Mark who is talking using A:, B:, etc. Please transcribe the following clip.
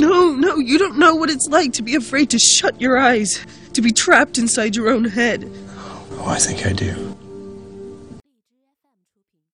A: No, no, you don't know what it's like to be afraid to shut your eyes, to be trapped inside your own head.
B: Oh, I think I do.